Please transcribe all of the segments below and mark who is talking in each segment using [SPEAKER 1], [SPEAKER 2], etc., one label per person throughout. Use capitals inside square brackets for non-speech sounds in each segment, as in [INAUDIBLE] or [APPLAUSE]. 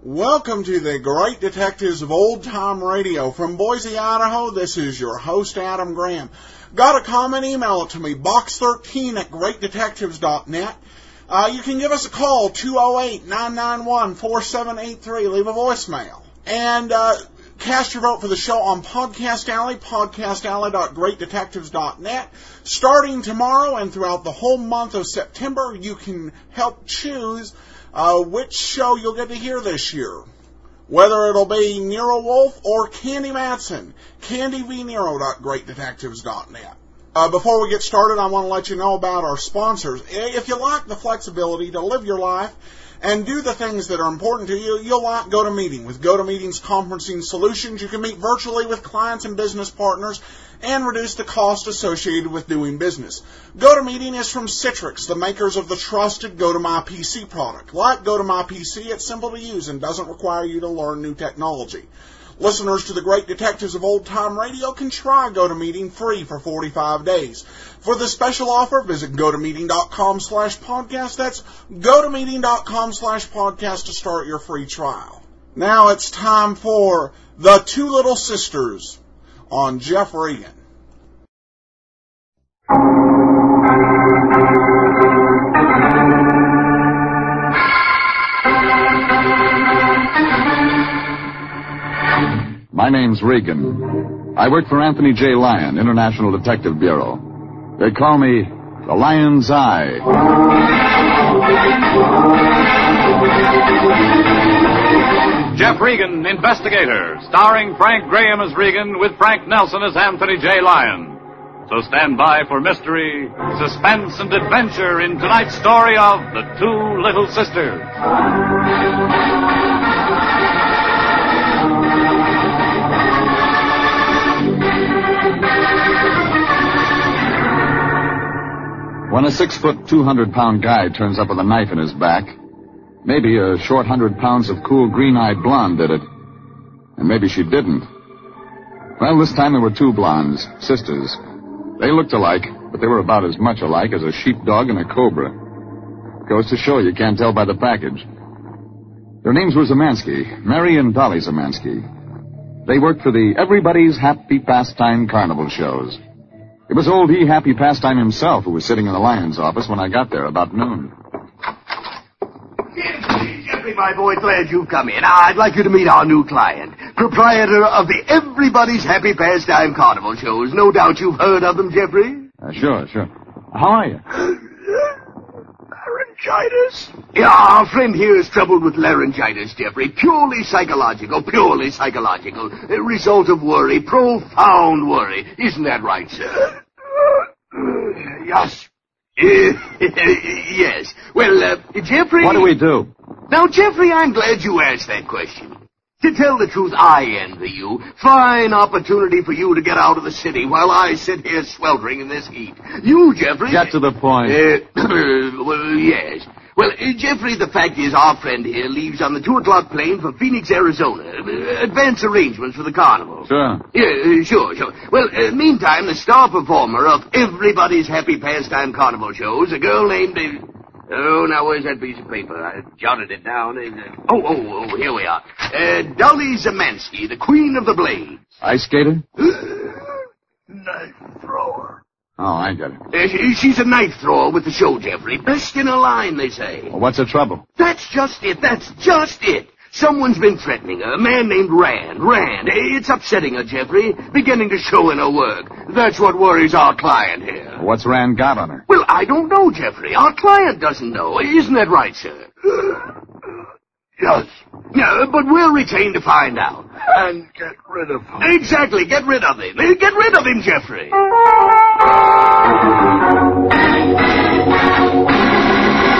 [SPEAKER 1] Welcome to the Great Detectives of Old Time Radio. From Boise, Idaho, this is your host, Adam Graham. Got a comment? Email it to me, box13 at greatdetectives.net. Uh, you can give us a call, 208 991 4783. Leave a voicemail. And uh, cast your vote for the show on Podcast Alley, podcastalley.greatdetectives.net. Starting tomorrow and throughout the whole month of September, you can help choose uh, which show you'll get to hear this year. Whether it'll be Nero Wolf or Candy Matson, candyvnero.greatdetectives.net. Uh, before we get started, I want to let you know about our sponsors. If you like the flexibility to live your life, and do the things that are important to you, you'll like GoToMeeting. With GoToMeeting's conferencing solutions, you can meet virtually with clients and business partners and reduce the cost associated with doing business. GoToMeeting is from Citrix, the makers of the trusted GoToMyPC product. Like GoToMyPC, it's simple to use and doesn't require you to learn new technology. Listeners to the Great Detectives of Old Time Radio can try GoToMeeting free for 45 days. For this special offer, visit GoToMeeting.com slash podcast. That's GoToMeeting.com slash podcast to start your free trial. Now it's time for The Two Little Sisters on Jeff Regan.
[SPEAKER 2] My name's Regan. I work for Anthony J. Lyon, International Detective Bureau. They call me the Lion's Eye.
[SPEAKER 3] Jeff Regan, Investigator, starring Frank Graham as Regan with Frank Nelson as Anthony J. Lyon. So stand by for mystery, suspense, and adventure in tonight's story of The Two Little Sisters.
[SPEAKER 2] When a six foot, 200 pound guy turns up with a knife in his back, maybe a short hundred pounds of cool green eyed blonde did it. And maybe she didn't. Well, this time there were two blondes, sisters. They looked alike, but they were about as much alike as a sheepdog and a cobra. Goes to show you can't tell by the package. Their names were Zemansky, Mary and Dolly Zemansky. They worked for the Everybody's Happy Pastime Carnival shows. It was old E. Happy Pastime himself who was sitting in the lion's office when I got there about noon.
[SPEAKER 4] Jeffrey, my boy, glad you've come in. Now, I'd like you to meet our new client, proprietor of the Everybody's Happy Pastime Carnival shows. No doubt you've heard of them,
[SPEAKER 2] [LAUGHS]
[SPEAKER 4] Jeffrey.
[SPEAKER 2] Uh, sure, sure. How are you?
[SPEAKER 4] Laryngitis? Yeah, our friend here is troubled with laryngitis, Jeffrey. Purely psychological, purely psychological. A result of worry, profound worry. Isn't that right,
[SPEAKER 2] [LAUGHS]
[SPEAKER 4] sir? yes. [LAUGHS] yes. Well, uh, Jeffrey.
[SPEAKER 2] What do we do?
[SPEAKER 4] Now, Jeffrey, I'm glad you asked that question. To tell the truth, I envy you. Fine opportunity for you to get out of the city while I sit here sweltering in this heat. You, Jeffrey.
[SPEAKER 2] Get to the point.
[SPEAKER 4] Uh, [COUGHS] well, yes. Well, uh, Jeffrey, the fact is our friend here leaves on the two o'clock plane for Phoenix, Arizona. Uh, Advance arrangements for the carnival.
[SPEAKER 2] Sure.
[SPEAKER 4] Yeah, uh, sure, sure. Well, uh, meantime, the star performer of everybody's happy pastime carnival shows, a girl named. Uh, oh, now where's that piece of paper? I jotted it down. Uh, oh, oh, oh, here we are. Uh, Dolly Zemansky, the queen of the blades.
[SPEAKER 2] Ice skater?
[SPEAKER 4] Knife thrower.
[SPEAKER 2] Oh, I get it.
[SPEAKER 4] Uh, she, she's a knife thrower with the show, Jeffrey. Best in her line, they say.
[SPEAKER 2] Well, what's the trouble?
[SPEAKER 4] That's just it. That's just it. Someone's been threatening her. A man named Rand. Rand. It's upsetting her, Jeffrey. Beginning to show in her work. That's what worries our client here.
[SPEAKER 2] What's Rand got on her?
[SPEAKER 4] Well, I don't know, Jeffrey. Our client doesn't know. Isn't that right, sir? [GASPS] Yes. No, but we'll retain to find out. And get rid of him. Exactly. Get rid of him. Get rid of him, Jeffrey. [LAUGHS]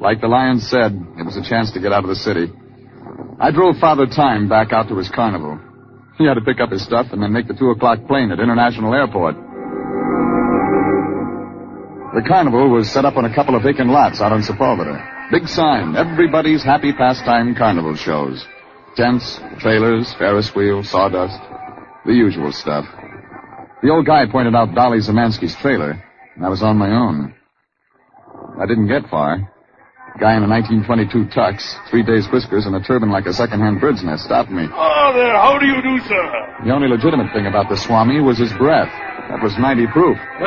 [SPEAKER 2] Like the lion said, it was a chance to get out of the city. I drove Father Time back out to his carnival. He had to pick up his stuff and then make the two o'clock plane at International Airport. The carnival was set up on a couple of vacant lots out on Sepulveda. Big sign, everybody's happy pastime carnival shows. Tents, trailers, Ferris wheels, sawdust, the usual stuff. The old guy pointed out Dolly Zemansky's trailer, and I was on my own. I didn't get far. Guy in a 1922 tux, three days whiskers, and a turban like a second-hand bird's nest stopped me.
[SPEAKER 5] Oh, there. How do you do, sir?
[SPEAKER 2] The only legitimate thing about the Swami was his breath. That was 90 proof.
[SPEAKER 5] [LAUGHS]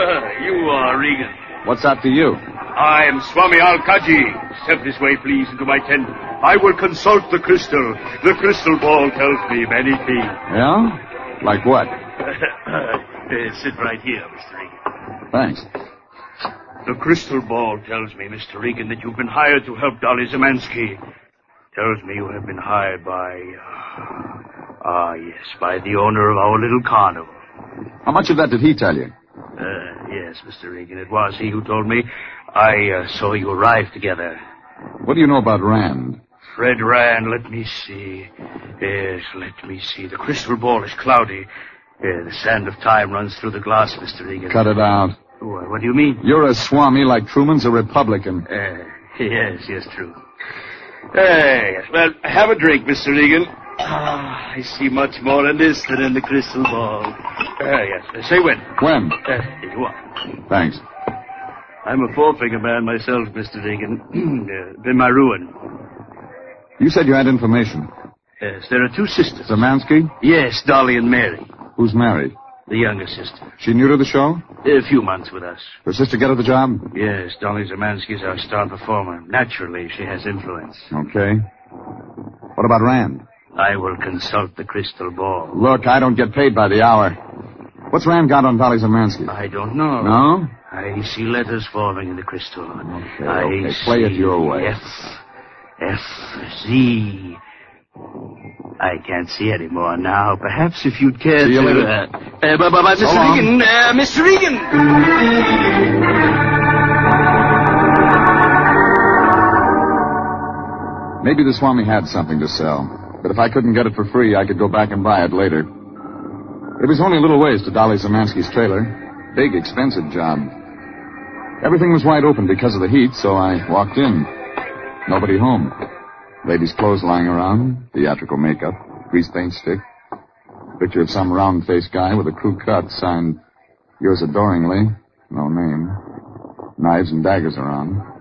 [SPEAKER 5] you are Regan.
[SPEAKER 2] What's up to you?
[SPEAKER 5] I am Swami Alkaji. Step this way, please, into my tent. I will consult the crystal. The crystal ball tells me many things.
[SPEAKER 2] Yeah? Like what?
[SPEAKER 5] [CLEARS THROAT] Uh, Sit right here, Mr. Regan.
[SPEAKER 2] Thanks.
[SPEAKER 5] The crystal ball tells me, Mr. Regan, that you've been hired to help Dolly Zemansky. Tells me you have been hired by. uh, Ah, yes, by the owner of our little carnival.
[SPEAKER 2] How much of that did he tell you?
[SPEAKER 5] Uh, yes, Mr. Regan, it was he who told me. I uh, saw you arrive together.
[SPEAKER 2] What do you know about Rand?
[SPEAKER 5] Fred Rand, let me see. Yes, let me see. The crystal ball is cloudy. Yeah, Uh, the sand of time runs through the glass, Mr. Regan.
[SPEAKER 2] Cut it out.
[SPEAKER 5] Wha- What do you mean?
[SPEAKER 2] You're a Swami like Truman's a Republican.
[SPEAKER 5] Uh, [LAUGHS] yes, yes, true. Hey, well, have a drink, Mr. Regan. Ah, I see much more in this than in the crystal ball. Uh, yes, uh, say when.
[SPEAKER 2] When?
[SPEAKER 5] Uh, here you are.
[SPEAKER 2] Thanks.
[SPEAKER 5] I'm a four-finger man myself, Mr. Regan. [CLEARS THROAT] uh, been my ruin.
[SPEAKER 2] You said you had information.
[SPEAKER 5] Yes, Uh, there are two sisters.
[SPEAKER 2] Zemansky,
[SPEAKER 5] Yes, Dolly and Mary,
[SPEAKER 2] who's married.
[SPEAKER 5] the younger sister.
[SPEAKER 2] She new to the show?
[SPEAKER 5] A few months with us.
[SPEAKER 2] Her sister get her the job?
[SPEAKER 5] Yes, Dolly Zemansky's our star performer. Naturally, she has influence.
[SPEAKER 2] Okay. What about Rand?
[SPEAKER 5] I will consult the crystal ball.
[SPEAKER 2] Look, I don't get paid by the hour. What's Rand got on Dolly Zemansky?
[SPEAKER 5] I don't know.
[SPEAKER 2] No?
[SPEAKER 5] I see letters forming in the crystal.
[SPEAKER 2] Okay,
[SPEAKER 5] I
[SPEAKER 2] okay.
[SPEAKER 5] see
[SPEAKER 2] Play it your way.
[SPEAKER 5] F, F, Z. I can't see any more now. Perhaps if you'd care
[SPEAKER 2] See you
[SPEAKER 5] to...
[SPEAKER 2] later.
[SPEAKER 5] Uh, uh, but, but, but,
[SPEAKER 2] So
[SPEAKER 5] Mr.
[SPEAKER 2] long.
[SPEAKER 5] Regan, uh, Mr. Regan!
[SPEAKER 2] Maybe the Swami had something to sell. But if I couldn't get it for free, I could go back and buy it later. It was only a little ways to Dolly Zemansky's trailer. Big, expensive job. Everything was wide open because of the heat, so I walked in. Nobody home. Ladies' clothes lying around, theatrical makeup, grease paint stick, picture of some round-faced guy with a crew cut signed, yours adoringly, no name, knives and daggers around.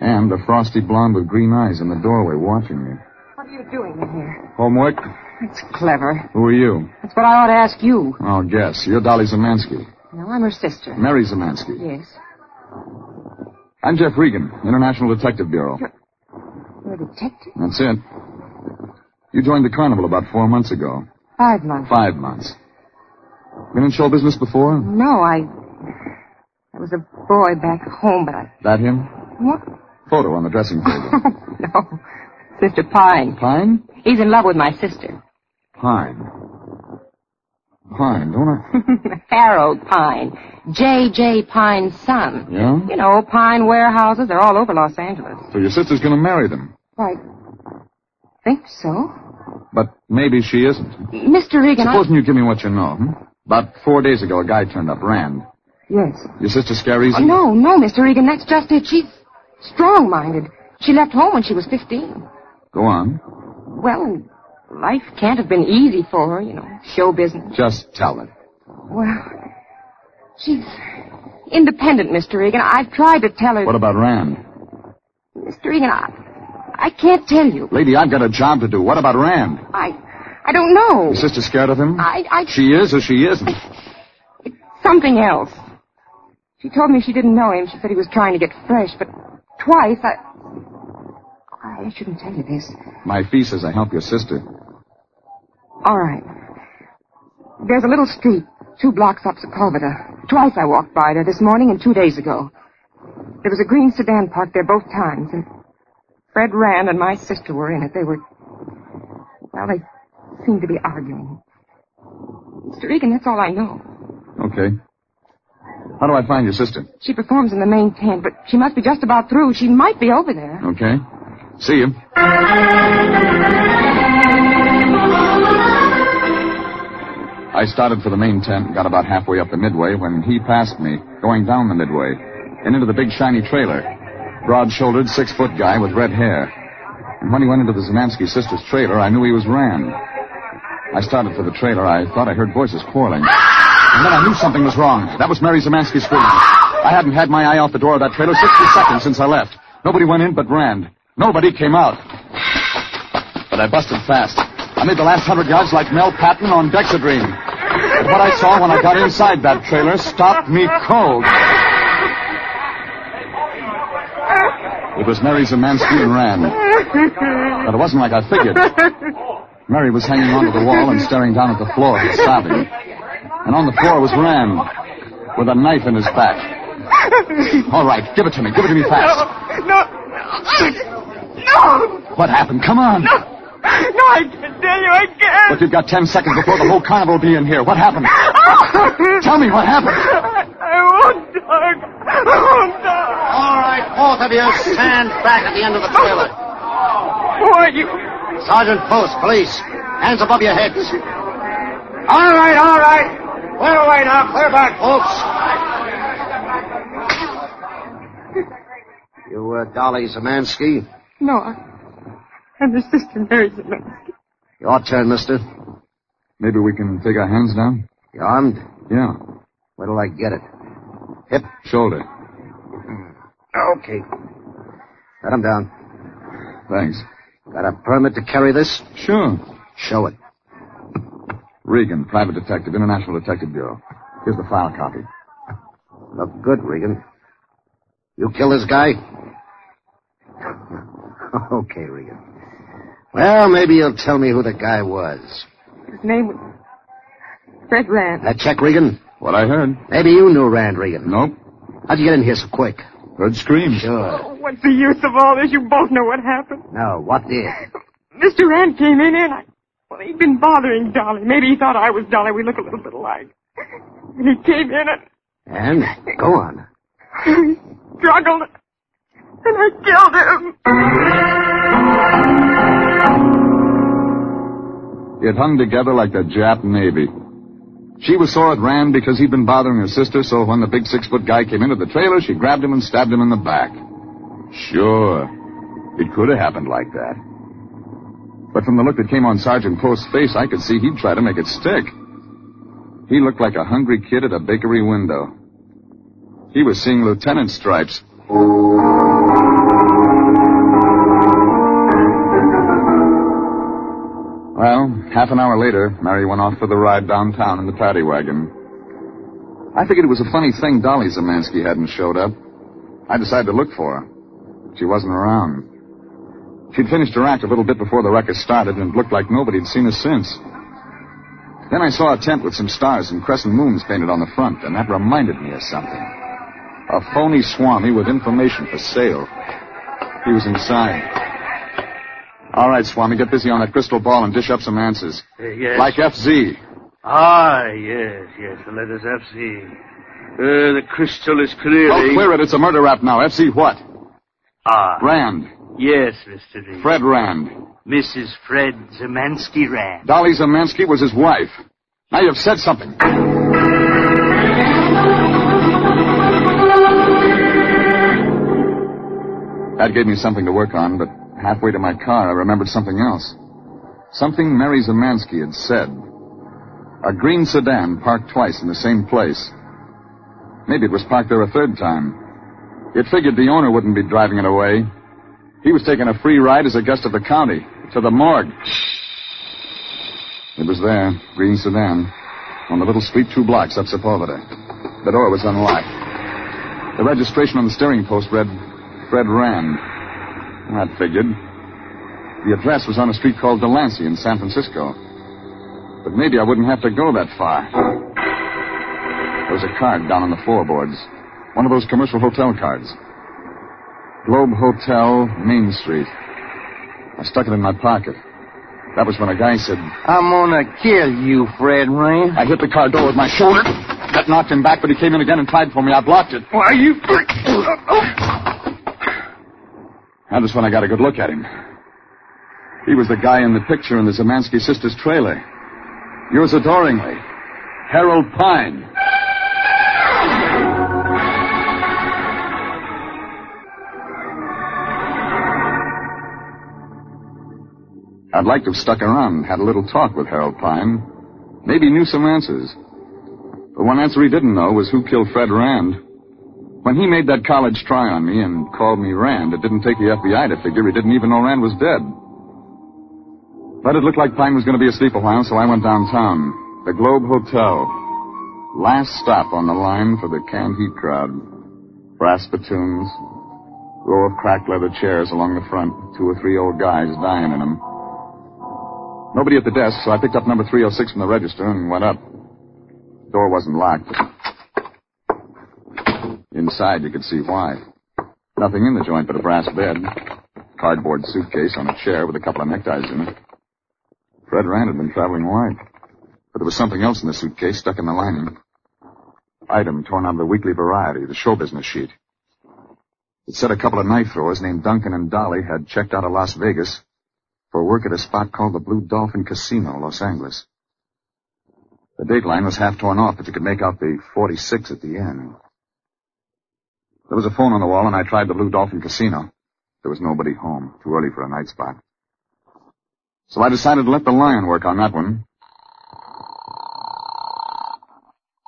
[SPEAKER 2] And a frosty blonde with green eyes in the doorway watching me.
[SPEAKER 6] What are you doing in here?
[SPEAKER 2] Homework?
[SPEAKER 6] That's clever.
[SPEAKER 2] Who are you?
[SPEAKER 6] That's what I ought to ask you.
[SPEAKER 2] Oh, guess. You're Dolly Zemansky.
[SPEAKER 6] No, I'm her sister.
[SPEAKER 2] Mary Zemansky.
[SPEAKER 6] Yes.
[SPEAKER 2] I'm Jeff Regan, International Detective Bureau.
[SPEAKER 6] You're a detective?
[SPEAKER 2] That's it. You joined the carnival about four months ago.
[SPEAKER 6] Five months.
[SPEAKER 2] Five months. Been in show business before?
[SPEAKER 6] No, I. I was a boy back home, but I.
[SPEAKER 2] That him?
[SPEAKER 6] What? [LAUGHS]
[SPEAKER 2] Photo on the dressing table.
[SPEAKER 6] no. Sister Pine.
[SPEAKER 2] Pine?
[SPEAKER 6] He's in love with my sister. [LAUGHS]
[SPEAKER 2] Pine. Pine, don't I?
[SPEAKER 6] Harold Pine. J.J. Pine's son.
[SPEAKER 2] Yeah?
[SPEAKER 6] You know, pine warehouses are all over Los Angeles.
[SPEAKER 2] So your sister's gonna marry them.
[SPEAKER 6] I think so.
[SPEAKER 2] But maybe she isn't.
[SPEAKER 6] Mr. Regan,
[SPEAKER 2] Supposing you give me what you know, hmm? About four days ago, a guy turned up, Rand.
[SPEAKER 6] I... Yes.
[SPEAKER 2] Your sister Scaries?
[SPEAKER 6] Oh, no, no, Mr. Regan, that's just it. She's strong-minded. She left home when she was 15.
[SPEAKER 2] Go on.
[SPEAKER 6] Well, life can't have been easy for her, you know, show business.
[SPEAKER 2] Just tell it.
[SPEAKER 6] Well, she's independent, Mr. Regan. I've tried to tell her.
[SPEAKER 2] What about Rand?
[SPEAKER 6] Mr. Regan, I, I can't tell you.
[SPEAKER 2] Lady, I've got a job to do. What about Rand?
[SPEAKER 6] I, I don't know.
[SPEAKER 2] Your sister scared of him?
[SPEAKER 6] I, I,
[SPEAKER 2] She is or she isn't?
[SPEAKER 6] something else. She told me she didn't know him. She said he was trying to get fresh, but twice I. I shouldn't tell you this.
[SPEAKER 2] My fee says I help your sister.
[SPEAKER 6] All right. There's a little street two blocks up Sepulveda. Twice I walked by there this morning and two days ago. There was a green sedan parked there both times, and Fred Rand and my sister were in it. They were, well, they seemed to be arguing. Mr. Egan, that's all I know.
[SPEAKER 2] Okay. How do I find your sister?
[SPEAKER 6] She performs in the main tent, but she must be just about through. She might be over there.
[SPEAKER 2] Okay. See you. I started for the main tent and got about halfway up the midway when he passed me, going down the midway, and into the big shiny trailer. Broad shouldered, six foot guy with red hair. And when he went into the Zemansky sisters' trailer, I knew he was Rand. I started for the trailer. I thought I heard voices quarreling. And then I knew something was wrong. That was Mary Zemansky screaming. I hadn't had my eye off the door of that trailer 60 seconds since I left. Nobody went in but Rand. Nobody came out. But I busted fast. I made the last hundred yards like Mel Patton on Dexedrine. But what I saw when I got inside that trailer stopped me cold. It was Mary Zemansky and Rand. But it wasn't like I figured. Mary was hanging onto the wall and staring down at the floor, sobbing. And on the floor was Rand, with a knife in his back. All right, give it to me. Give it to me fast.
[SPEAKER 7] No. No.
[SPEAKER 2] What happened? Come on.
[SPEAKER 7] [LAUGHS] No, I can't tell you. I can't.
[SPEAKER 2] Look, you've got ten seconds before the whole carnival will be in here. What happened? Tell me what happened.
[SPEAKER 7] I, I won't talk. I won't talk.
[SPEAKER 8] All right, both of you stand back at the end of the trailer.
[SPEAKER 7] Who are you?
[SPEAKER 8] Sergeant Post, police. Hands above your heads. All right, all right. Clear away now. Clear back, folks. You uh, were Dolly Zemansky.
[SPEAKER 6] No, I, I'm the sister Mary Zemansky.
[SPEAKER 8] Your turn, mister.
[SPEAKER 2] Maybe we can take our hands down?
[SPEAKER 8] You armed?
[SPEAKER 2] Yeah.
[SPEAKER 8] Where till I get it? Hip.
[SPEAKER 2] Shoulder.
[SPEAKER 8] Okay. Let him down.
[SPEAKER 2] Thanks.
[SPEAKER 8] Got a permit to carry this?
[SPEAKER 2] Sure.
[SPEAKER 8] Show it.
[SPEAKER 2] Regan, private detective, International Detective Bureau. Here's the file copy.
[SPEAKER 8] Look good, Regan. You kill this guy? [LAUGHS] okay, Regan. Well, maybe you'll tell me who the guy was.
[SPEAKER 6] His name was Fred Rand.
[SPEAKER 8] That check, Regan?
[SPEAKER 2] What I heard?
[SPEAKER 8] Maybe you knew Rand Regan.
[SPEAKER 2] Nope.
[SPEAKER 8] How'd you get in here so quick?
[SPEAKER 2] Heard screams.
[SPEAKER 8] Sure.
[SPEAKER 6] What's the use of all this? You both know what happened.
[SPEAKER 8] Now, what did?
[SPEAKER 6] Mr. Rand came in and I. Well, he'd been bothering Dolly. Maybe he thought I was Dolly. We look a little bit alike. And he came in and
[SPEAKER 8] And go on.
[SPEAKER 6] he struggled. And I killed him.
[SPEAKER 2] It hung together like the Jap Navy. She was sore at Rand because he'd been bothering her sister, so when the big six foot guy came into the trailer, she grabbed him and stabbed him in the back. Sure. It could have happened like that. But from the look that came on Sergeant Post's face, I could see he'd try to make it stick. He looked like a hungry kid at a bakery window. He was seeing lieutenant stripes. Well, half an hour later, Mary went off for the ride downtown in the paddy wagon. I figured it was a funny thing Dolly Zemansky hadn't showed up. I decided to look for her. She wasn't around. She'd finished her act a little bit before the ruckus started, and it looked like nobody had seen her since. Then I saw a tent with some stars and crescent moons painted on the front, and that reminded me of something. A phony Swami with information for sale. He was inside. All right, Swami, get busy on that crystal ball and dish up some answers.
[SPEAKER 5] Uh, yes.
[SPEAKER 2] Like FZ.
[SPEAKER 5] Ah, yes, yes. The letters FC. Uh, the crystal is
[SPEAKER 2] Oh,
[SPEAKER 5] clearly.
[SPEAKER 2] clear it. It's a murder rap now. FC what?
[SPEAKER 5] Ah,
[SPEAKER 2] Rand.
[SPEAKER 5] yes, Mr. Reed.
[SPEAKER 2] Fred Rand.
[SPEAKER 5] Mrs. Fred Zemansky Rand.
[SPEAKER 2] Dolly Zemansky was his wife. Now you've said something. That gave me something to work on, but halfway to my car, I remembered something else. Something Mary Zemansky had said. A green sedan parked twice in the same place. Maybe it was parked there a third time. It figured the owner wouldn't be driving it away. He was taking a free ride as a guest of the county to the morgue. It was there, green sedan, on the little street two blocks up Sepulveda. The door was unlocked. The registration on the steering post read Fred Rand. That figured. The address was on a street called Delancey in San Francisco. But maybe I wouldn't have to go that far. There was a card down on the floorboards. One of those commercial hotel cards. Globe Hotel, Main Street. I stuck it in my pocket. That was when a guy said,
[SPEAKER 9] I'm gonna kill you, Fred Rain.
[SPEAKER 2] I hit the car door with my shoulder. That knocked him back, but he came in again and tried for me. I blocked it.
[SPEAKER 5] Why, you.
[SPEAKER 2] That was when I got a good look at him. He was the guy in the picture in the Zemansky sisters' trailer. Yours adoringly, Harold Pine. I'd like to have stuck around and had a little talk with Harold Pine. Maybe knew some answers. The one answer he didn't know was who killed Fred Rand. When he made that college try on me and called me Rand, it didn't take the FBI to figure he didn't even know Rand was dead. But it looked like Pine was going to be asleep a while, so I went downtown. The Globe Hotel. Last stop on the line for the canned heat crowd. Brass spittoons, row of cracked leather chairs along the front, two or three old guys dying in them. Nobody at the desk, so I picked up number 306 from the register and went up. Door wasn't locked. Inside, you could see why. Nothing in the joint but a brass bed, cardboard suitcase on a chair with a couple of neckties in it. Fred Rand had been traveling wide, but there was something else in the suitcase stuck in the lining. Item torn out of the weekly variety, the show business sheet. It said a couple of knife throwers named Duncan and Dolly had checked out of Las Vegas for work at a spot called the Blue Dolphin Casino, Los Angeles. The date line was half torn off, but you could make out the 46 at the end. There was a phone on the wall, and I tried the Blue Dolphin Casino. There was nobody home. Too early for a night spot. So I decided to let the lion work on that one.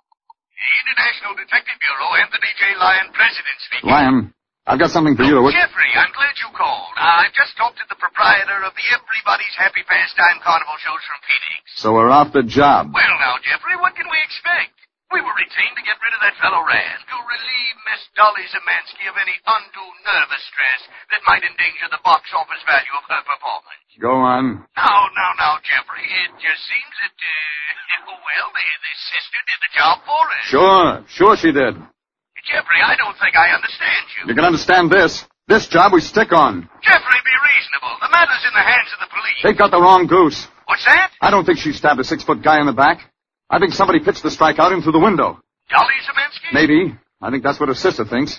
[SPEAKER 4] International Detective Bureau, Anthony J. Lyon, President speaking.
[SPEAKER 2] Lion, I've got something for you to
[SPEAKER 4] Oh,
[SPEAKER 2] work.
[SPEAKER 4] Jeffrey, I'm glad you called. I've just talked to the proprietor of the Everybody's Happy Pastime Carnival shows from Phoenix.
[SPEAKER 2] So we're off the job.
[SPEAKER 4] Well, now, Jeffrey, what can we expect? We were retained to get rid of that fellow Rand, to relieve Miss Dolly Zemansky of any undue nervous stress that might endanger the box office value of her performance.
[SPEAKER 2] Go on.
[SPEAKER 4] Now, now, now, Jeffrey, it just seems that, uh, [LAUGHS] well, the, the sister did the job for us.
[SPEAKER 2] Sure, sure she did.
[SPEAKER 4] Jeffrey, I don't think I understand you.
[SPEAKER 2] You can understand this. This job we stick on.
[SPEAKER 4] Jeffrey, be reasonable. The matter's in the hands of the police.
[SPEAKER 2] They've got the wrong goose.
[SPEAKER 4] What's that?
[SPEAKER 2] I don't think she stabbed a six foot guy in the back. I think somebody pitched the strike out in through the window.
[SPEAKER 4] Dolly Zemansky?
[SPEAKER 2] Maybe. I think that's what her sister thinks.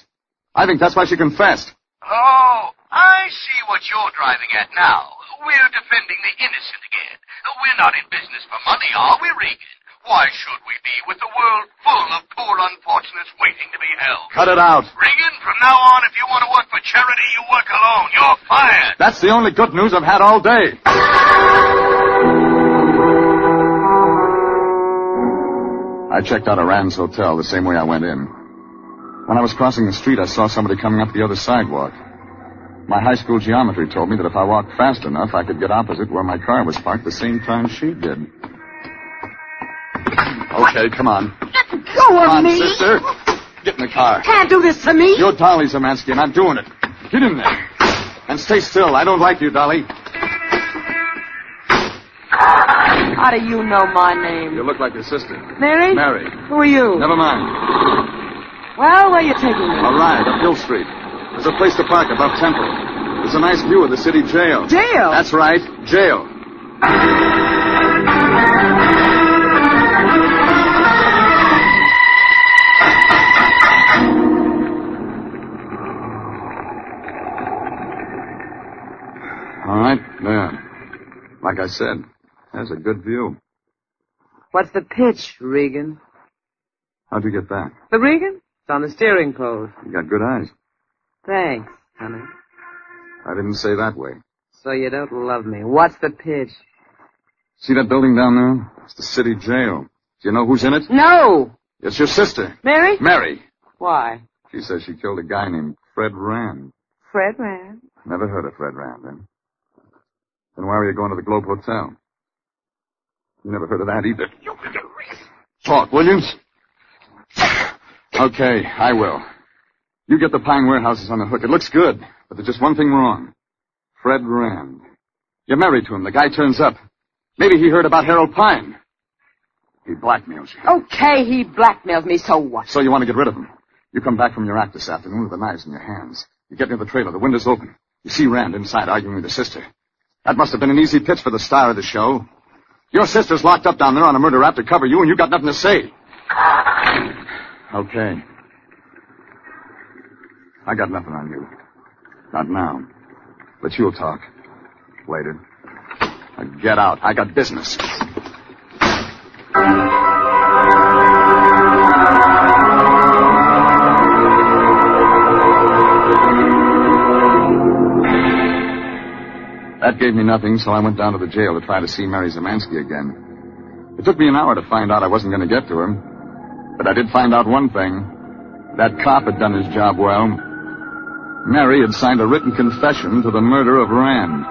[SPEAKER 2] I think that's why she confessed.
[SPEAKER 4] Oh, I see what you're driving at now. We're defending the innocent again. We're not in business for money, are we, Regan? Why should we be with the world full of poor unfortunates waiting to be helped?
[SPEAKER 2] Cut it out.
[SPEAKER 4] Regan, from now on, if you want to work for charity, you work alone. You're fired.
[SPEAKER 2] That's the only good news I've had all day. I checked out of Rand's hotel the same way I went in. When I was crossing the street, I saw somebody coming up the other sidewalk. My high school geometry told me that if I walked fast enough, I could get opposite where my car was parked the same time she did. Okay, come on.
[SPEAKER 6] Go
[SPEAKER 2] Come on,
[SPEAKER 6] me.
[SPEAKER 2] sister. Get in the car.
[SPEAKER 6] Can't do this to me.
[SPEAKER 2] You're Dolly Zemansky, and I'm doing it. Get in there. And stay still. I don't like you, Dolly.
[SPEAKER 10] How do you know my name?
[SPEAKER 2] You look like your sister.
[SPEAKER 10] Mary?
[SPEAKER 2] Mary.
[SPEAKER 10] Who are you?
[SPEAKER 2] Never mind.
[SPEAKER 10] Well, where are you taking me?
[SPEAKER 2] A ride up Hill Street. There's a place to park above Temple. There's a nice view of the city jail.
[SPEAKER 10] Jail?
[SPEAKER 2] That's right, jail. All right, there. Like I said, there's a good view.
[SPEAKER 10] What's the pitch, Regan?
[SPEAKER 2] How'd you get that?
[SPEAKER 10] The Regan? It's on the steering post.
[SPEAKER 2] You got good eyes.
[SPEAKER 10] Thanks, honey.
[SPEAKER 2] I didn't say that way.
[SPEAKER 10] So you don't love me. What's the pitch?
[SPEAKER 2] See that building down there? It's the city jail. Do you know who's in it?
[SPEAKER 10] No!
[SPEAKER 2] It's your sister,
[SPEAKER 10] Mary?
[SPEAKER 2] Mary.
[SPEAKER 10] Why?
[SPEAKER 2] She says she killed a guy named Fred Rand.
[SPEAKER 10] Fred Rand.
[SPEAKER 2] Never heard of Fred Rand, then. Then why were you going to the Globe Hotel? You never heard of that either. Talk, Williams. Okay, I will. You get the Pine warehouses on the hook. It looks good, but there's just one thing wrong. Fred Rand. You're married to him. The guy turns up. Maybe he heard about Harold Pine. He blackmails you.
[SPEAKER 10] Okay, he blackmails me, so what?
[SPEAKER 2] So you want to get rid of him. You come back from your act this afternoon with the knives in your hands. You get near the trailer. The window's open. You see Rand inside arguing with his sister. That must have been an easy pitch for the star of the show. Your sister's locked up down there on a murder rap to cover you, and you got nothing to say. Okay. I got nothing on you. Not now. But you'll talk. Later. Now get out. I got business. That gave me nothing, so I went down to the jail to try to see Mary Zemansky again. It took me an hour to find out I wasn't going to get to her. But I did find out one thing. That cop had done his job well. Mary had signed a written confession to the murder of Rand.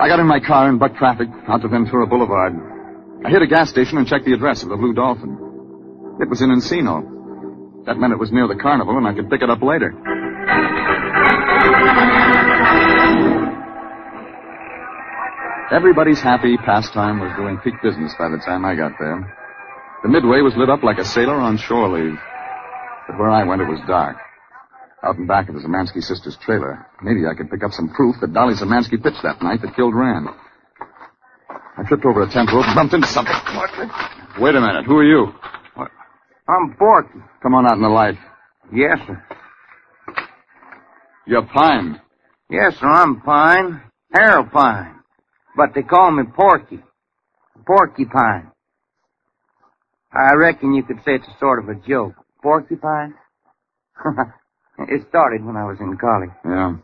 [SPEAKER 2] I got in my car and bucked traffic out to Ventura Boulevard. I hit a gas station and checked the address of the Blue Dolphin. It was in Encino. That meant it was near the carnival and I could pick it up later. Everybody's happy. Pastime was doing peak business by the time I got there. The midway was lit up like a sailor on shore leave. But where I went, it was dark. Out in back of the Zamansky sisters' trailer. Maybe I could pick up some proof that Dolly Zamansky pitched that night that killed Rand. I tripped over a tent rope, bumped into something. Wait a minute. Who are you? I'm Borton. Come on out in the light. Yes, sir. You're Pine.
[SPEAKER 9] Yes, sir, I'm Pine. Harold Pine. But they call me Porky. Porcupine. I reckon you could say it's a sort of a joke. Porcupine? it started when I was in college.
[SPEAKER 2] [LAUGHS] Yeah.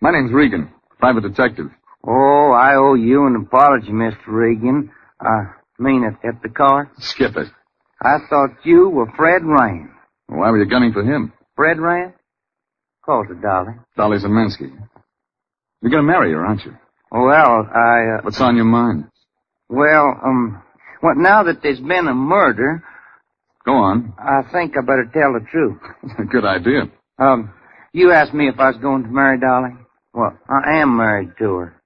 [SPEAKER 2] My name's Regan, private detective.
[SPEAKER 9] Oh, I owe you an apology, Mr. Regan. I mean it at the car.
[SPEAKER 2] Skip it.
[SPEAKER 9] I thought you were Fred Rand.
[SPEAKER 2] Why were you gunning for him?
[SPEAKER 9] Fred Rand? Called her Dolly.
[SPEAKER 2] Dolly Zeminski. You're going to marry her, aren't you?
[SPEAKER 9] Well, I, uh,
[SPEAKER 2] What's on your mind?
[SPEAKER 9] well, um, well, now that there's been a murder,
[SPEAKER 2] Go on. [LAUGHS]
[SPEAKER 9] I think I better tell the truth.
[SPEAKER 2] Good idea.
[SPEAKER 9] Um, you asked me if I was going to marry Dolly. Well, I am married to her.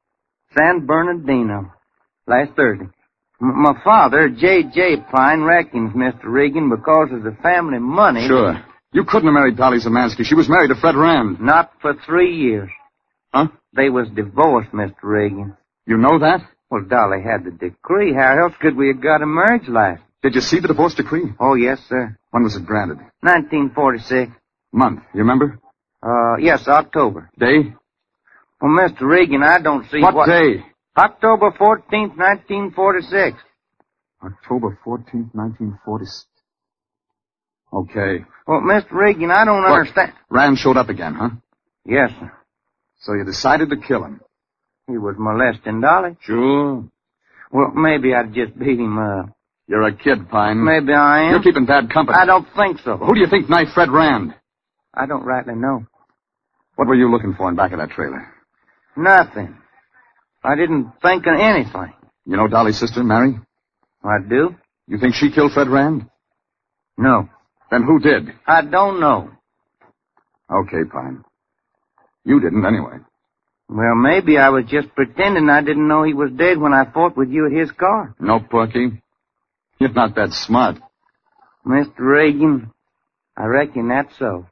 [SPEAKER 9] San Bernardino. Last Thursday. M- my father, J.J. Pine, reckons Mr. Regan because of the family money.
[SPEAKER 2] Sure. You couldn't have married Dolly Zemansky. She was married to Fred Rand.
[SPEAKER 9] Not for three years.
[SPEAKER 2] Huh?
[SPEAKER 9] They was divorced, Mr. Regan.
[SPEAKER 2] You know that?
[SPEAKER 9] Well, Dolly had the decree. How else could we have got a marriage license?
[SPEAKER 2] Did you see the divorce decree?
[SPEAKER 9] Oh, yes, sir.
[SPEAKER 2] When was it granted?
[SPEAKER 9] 1946.
[SPEAKER 2] Month. You remember?
[SPEAKER 9] Uh, yes, October.
[SPEAKER 2] Day?
[SPEAKER 9] Well, Mr. Regan, I don't see
[SPEAKER 2] what, day?
[SPEAKER 9] October 14th, 1946.
[SPEAKER 2] October 14th, 1946. Okay.
[SPEAKER 9] Well, Mr. Regan, I don't
[SPEAKER 2] What?
[SPEAKER 9] understand.
[SPEAKER 2] Rand showed up again, huh?
[SPEAKER 9] Yes, sir.
[SPEAKER 2] So you decided to kill him.
[SPEAKER 9] He was molesting Dolly.
[SPEAKER 2] Sure.
[SPEAKER 9] Well, maybe I just beat him up.
[SPEAKER 2] You're a kid, Pine.
[SPEAKER 9] Maybe I am.
[SPEAKER 2] You're keeping bad company.
[SPEAKER 9] I don't think so.
[SPEAKER 2] Who do you think knifed Fred Rand?
[SPEAKER 9] I don't rightly know.
[SPEAKER 2] What were you looking for in back of that trailer?
[SPEAKER 9] Nothing. I didn't think of anything.
[SPEAKER 2] You know Dolly's sister, Mary?
[SPEAKER 9] I do?
[SPEAKER 2] You think she killed Fred Rand?
[SPEAKER 9] No.
[SPEAKER 2] Then who did?
[SPEAKER 9] I don't know.
[SPEAKER 2] Okay, Pine. You didn't anyway.
[SPEAKER 9] Well, maybe I was just pretending I didn't know he was dead when I fought with you at his car.
[SPEAKER 2] No, Porky. You're not that smart.
[SPEAKER 9] Mr. Reagan, I reckon that's so.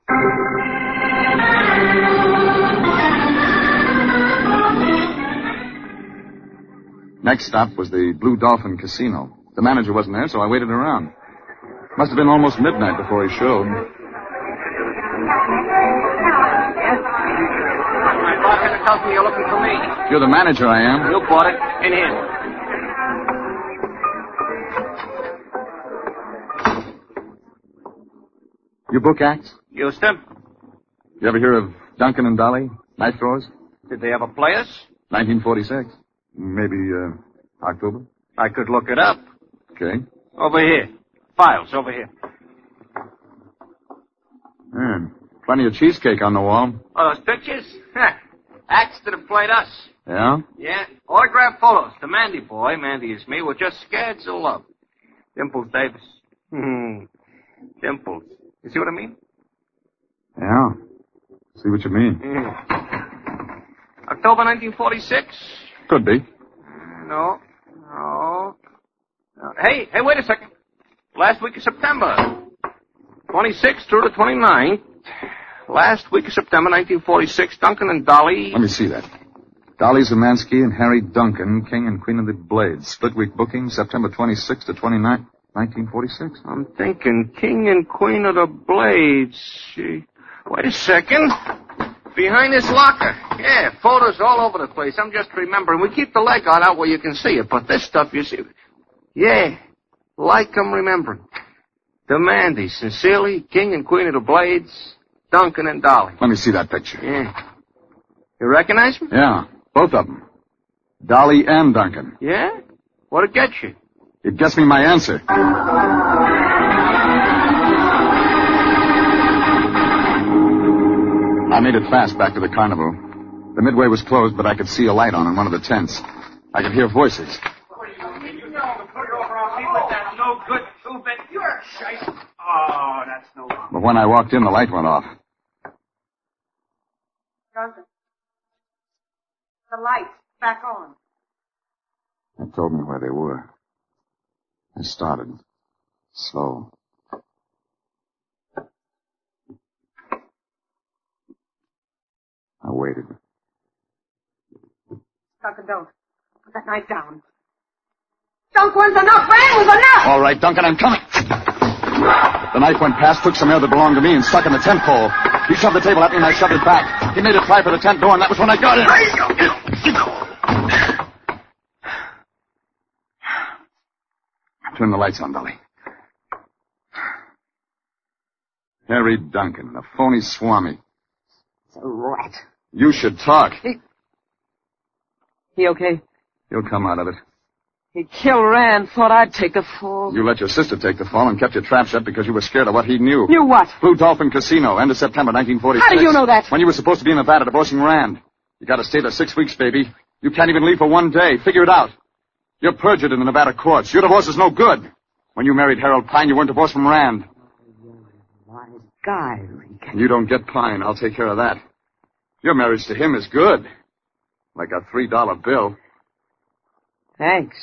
[SPEAKER 2] Next stop was the Blue Dolphin Casino. The manager wasn't there, so I waited around. Must have been almost midnight before he showed.
[SPEAKER 11] My bartender tells me you're looking for me.
[SPEAKER 2] You're the manager, I am.
[SPEAKER 11] You bought it. In here.
[SPEAKER 2] You book acts?
[SPEAKER 4] You step.
[SPEAKER 2] You ever hear of Duncan and Dolly? Knife throwers?
[SPEAKER 4] Did they ever play us?
[SPEAKER 2] 1946. Maybe, uh, October?
[SPEAKER 4] I could look it up.
[SPEAKER 2] Okay.
[SPEAKER 4] Over here. Files, over here.
[SPEAKER 2] Hmm. Plenty of cheesecake on the wall.
[SPEAKER 4] Oh, those pictures?
[SPEAKER 11] Acts that have played us.
[SPEAKER 2] Yeah?
[SPEAKER 4] Yeah. Autograph photos. The Mandy boy, Mandy is me, were just scared so low. Dimples Davis. Hmm. Dimples. You see what I mean?
[SPEAKER 2] Yeah. See what you mean.
[SPEAKER 4] Hmm. October 1946?
[SPEAKER 2] Could be.
[SPEAKER 4] No. No. no. Hey, hey, wait a second. Last week of September. 26th through the 29th. Last week of September 1946, Duncan and Dolly.
[SPEAKER 2] Let me see that. Dolly Zemansky and Harry Duncan, King and Queen of the Blades. Split week booking, September 26th to 29th, 1946.
[SPEAKER 4] I'm thinking King and Queen of the Blades. Gee. Wait a second. Behind this locker. Yeah, photos all over the place. I'm just remembering. We keep the leg on out where you can see it, but this stuff you see. Yeah, like I'm remembering. Demandy, sincerely, King and Queen of the Blades, Duncan and Dolly.
[SPEAKER 2] Let me see that picture.
[SPEAKER 4] Yeah. You recognize me?
[SPEAKER 2] Yeah, both of them. Dolly and Duncan.
[SPEAKER 4] Yeah? What'd it get you?
[SPEAKER 2] It gets me my answer. I made it fast back to the carnival. The midway was closed, but I could see a light on in one of the tents. I could hear voices.
[SPEAKER 7] No good two-bit. You're a shite. Oh, that's no good.
[SPEAKER 2] But when I walked in, the light went off.
[SPEAKER 12] Johnson. The lights back on.
[SPEAKER 2] That told me where they were. I started. Slow. I waited.
[SPEAKER 12] Duncan, don't. Put that knife down. Duncan's enough. Rand was enough.
[SPEAKER 2] All right, Duncan, I'm coming. The knife went past, took some air that belonged to me, and stuck in the tent pole. He shoved the table at me, and I shoved it back. He made it fly for the tent door, and that was when I got it. Turn the lights on, Dolly. Harry Duncan, the phony swami.
[SPEAKER 10] It's a rat.
[SPEAKER 2] You should talk.
[SPEAKER 10] He okay?
[SPEAKER 2] You'll come out of it.
[SPEAKER 10] He killed Rand, thought I'd take the fall.
[SPEAKER 2] You let your sister take the fall and kept your trap shut because you were scared of what he knew.
[SPEAKER 10] Knew what?
[SPEAKER 2] Blue Dolphin Casino, end of September 1946.
[SPEAKER 10] How do you know that?
[SPEAKER 2] When you were supposed to be in Nevada divorcing Rand. You gotta stay there six weeks, baby. You can't even leave for one day. Figure it out. You're perjured in the Nevada courts. Your divorce is no good. When you married Harold Pine, you weren't divorced from Rand.
[SPEAKER 10] Guy.
[SPEAKER 2] You don't get Pine. I'll take care of that. Your marriage to him is good. Like a three dollar bill.
[SPEAKER 10] Thanks.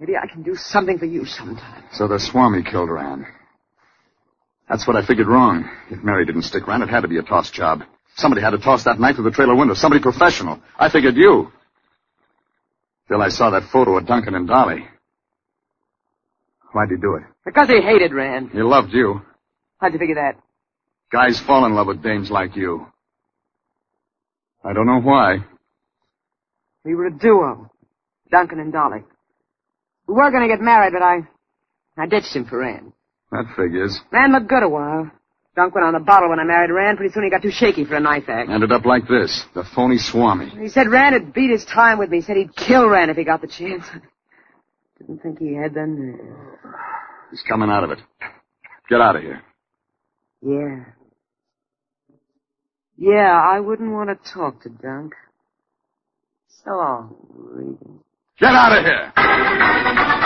[SPEAKER 10] Maybe I can do something for you sometime.
[SPEAKER 2] So the Swami killed Rand. That's what I figured wrong. If Mary didn't stick around, it had to be a toss job. Somebody had to toss that knife through the trailer window. Somebody professional. I figured you. Till I saw that photo of Duncan and Dolly. Why'd you do it?
[SPEAKER 10] Because he hated Rand.
[SPEAKER 2] He loved you.
[SPEAKER 10] How'd you figure that?
[SPEAKER 2] Guys fall in love with dames like you. I don't know why.
[SPEAKER 10] We were a duo, Duncan and Dolly. We were going to get married, but I, I ditched him for Rand.
[SPEAKER 2] That figures.
[SPEAKER 10] Rand looked good a while. Dunk went on the bottle when I married Rand. Pretty soon he got too shaky for a knife act.
[SPEAKER 2] Ended up like this. The phony Swami.
[SPEAKER 10] He said Rand had beat his time with me. He said he'd kill Rand if he got the chance. [LAUGHS] Didn't think he had then.
[SPEAKER 2] He's coming out of it. Get out of here.
[SPEAKER 10] Yeah. Yeah, I wouldn't want to talk to Dunk. So long, Regan.
[SPEAKER 2] Get out of here!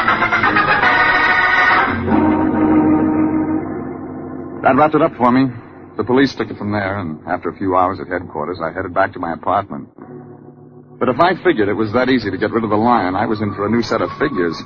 [SPEAKER 2] That wrapped it up for me. The police took it from there, and after a few hours at headquarters, I headed back to my apartment. But if I figured it was that easy to get rid of the lion, I was in for a new set of figures.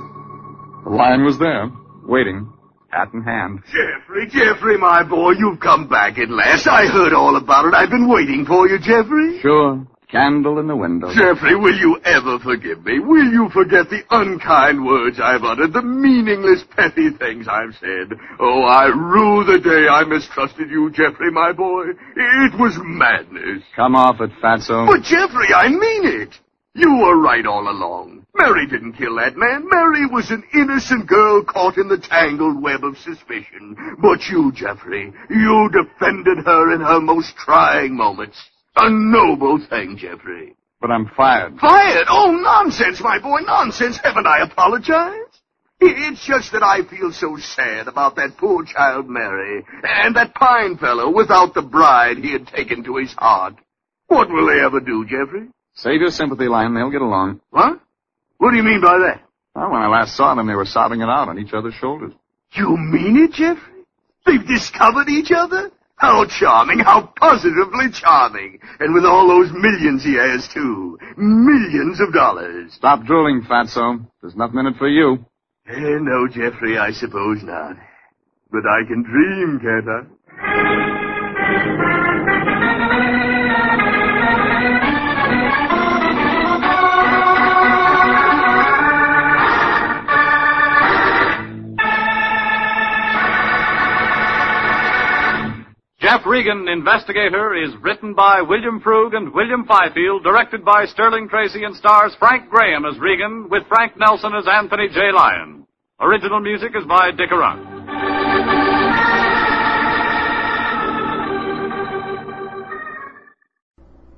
[SPEAKER 2] The lion was there, waiting, hat in hand.
[SPEAKER 4] Jeffrey, Jeffrey, my boy, you've come back at last. I heard all about it. I've been waiting for you, Jeffrey.
[SPEAKER 2] Sure. Candle in the window.
[SPEAKER 4] Jeffrey, will you ever forgive me? Will you forget the unkind words I've uttered, the meaningless, petty things I've said? Oh, I rue the day I mistrusted you, Jeffrey, my boy. It was madness.
[SPEAKER 2] Come off it, fatso.
[SPEAKER 4] But, Jeffrey, I mean it. You were right all along. Mary didn't kill that man. Mary was an innocent girl caught in the tangled web of suspicion. But you, Jeffrey, you defended her in her most trying moments. A noble thing, Jeffrey.
[SPEAKER 2] But I'm fired.
[SPEAKER 4] Fired? Oh, nonsense, my boy, nonsense. Haven't I apologized? I- It's just that I feel so sad about that poor child Mary and that pine fellow without the bride he had taken to his heart. What will they ever do, Jeffrey?
[SPEAKER 2] Save your sympathy line. They'll get along.
[SPEAKER 4] What? What do you mean by that?
[SPEAKER 2] Well, when I last saw them, they were sobbing it out on each other's shoulders.
[SPEAKER 4] You mean it, Jeffrey? They've discovered each other? How charming, how positively charming. And with all those millions he has, too. Millions of dollars.
[SPEAKER 2] Stop drooling, fatso. There's nothing in it for you.
[SPEAKER 4] Eh, no, Jeffrey, I suppose not. But I can dream, can't I?
[SPEAKER 3] Jeff Regan, Investigator, is written by William Frug and William Fifield, directed by Sterling Tracy, and stars Frank Graham as Regan, with Frank Nelson as Anthony J. Lyon. Original music is by Dick Arant.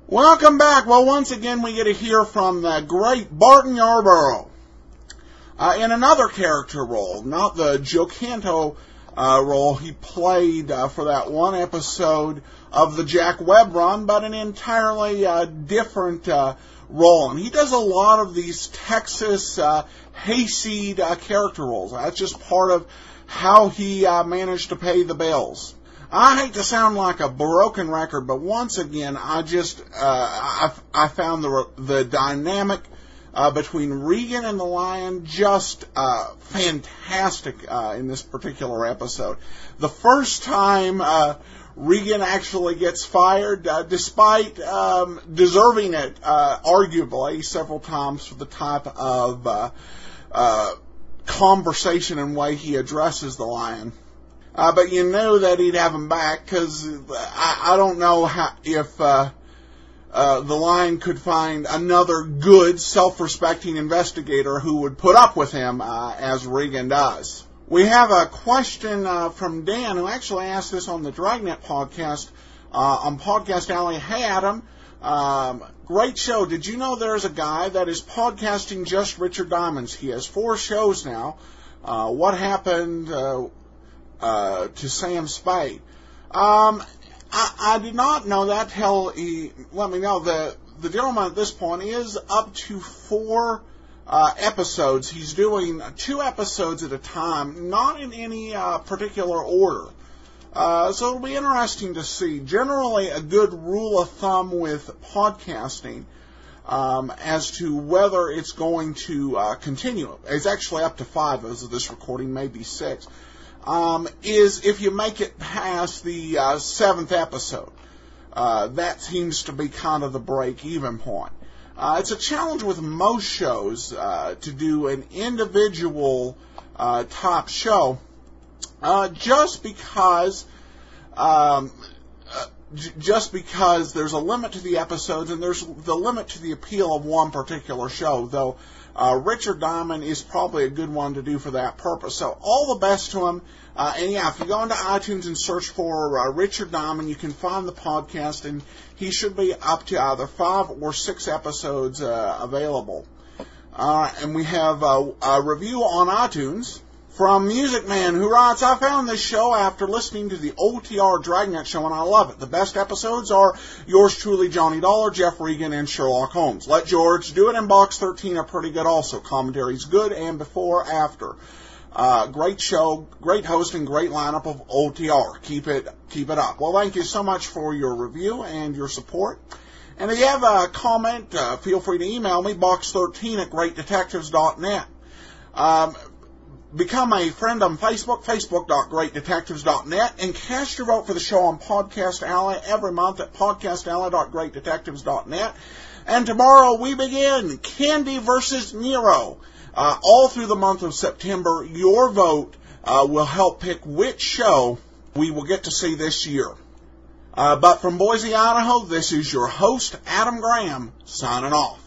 [SPEAKER 1] Welcome back. Well, once again, we get to hear from the great Barton Yarborough uh, in another character role, not the Jocanto uh, role. He played uh, for that one episode of the Jack Webb run, but an entirely uh, different uh, role. And he does a lot of these Texas uh, hayseed uh, character roles. That's just part of how he uh, managed to pay the bills. I hate to sound like a broken record, but once again, I just uh, I, I found the the dynamic uh, between Regan and the Lion just uh, fantastic uh, in this particular episode. The first time uh, Regan actually gets fired, uh, despite um, deserving it, uh, arguably several times for the type of uh, uh, conversation and way he addresses the Lion. Uh, but you know that he'd have him back because I, I don't know how, if uh, uh, the line could find another good, self-respecting investigator who would put up with him uh, as Regan does. We have a question uh, from Dan who actually asked this on the Dragnet podcast uh, on Podcast Alley. Hey, Adam. Um, great show. Did you know there's a guy that is podcasting just Richard Diamonds? He has four shows now. Uh, what happened? Uh, uh, to Sam Spade. Um, I, I did not know that till he let me know. The the gentleman at this point is up to four uh, episodes. He's doing two episodes at a time, not in any uh, particular order. Uh, so it'll be interesting to see. Generally, a good rule of thumb with podcasting um, as to whether it's going to uh, continue. It's actually up to five as of this recording, maybe six um, is if you make it past the uh, seventh episode. Uh, that seems to be kind of the break even point. Uh, it's a challenge with most shows uh, to do an individual uh, top show uh, just because. Um, uh, j- just because there's a limit to the episodes and there's the limit to the appeal of one particular show, though uh, Richard Diamond is probably a good one to do for that purpose. So all the best to him. Uh, and yeah, if you go into iTunes and search for uh, Richard Diamond, you can find the podcast, and he should be up to either five or six episodes uh, available. Uh, and we have a, a review on iTunes from Music Man, who writes, I found this show after listening to the OTR Dragnet show, and I love it. The best episodes are yours truly, Johnny Dollar, Jeff Regan, and Sherlock Holmes. Let George do it, and Box 13 are pretty good also. Commentary's good, and before, after. Uh, great show, great host, and great lineup of OTR. Keep it, keep it up. Well, thank you so much for your review and your support. And if you have a comment, uh, feel free to email me, box13 at greatdetectives.net. Um, Become a friend on Facebook, facebook.greatdetectives.net, and cast your vote for the show on Podcast Alley every month at podcastalley.greatdetectives.net. And tomorrow we begin Candy versus Nero. Uh, all through the month of September, your vote uh, will help pick which show we will get to see this year. Uh, but from Boise, Idaho, this is your host, Adam Graham, signing off.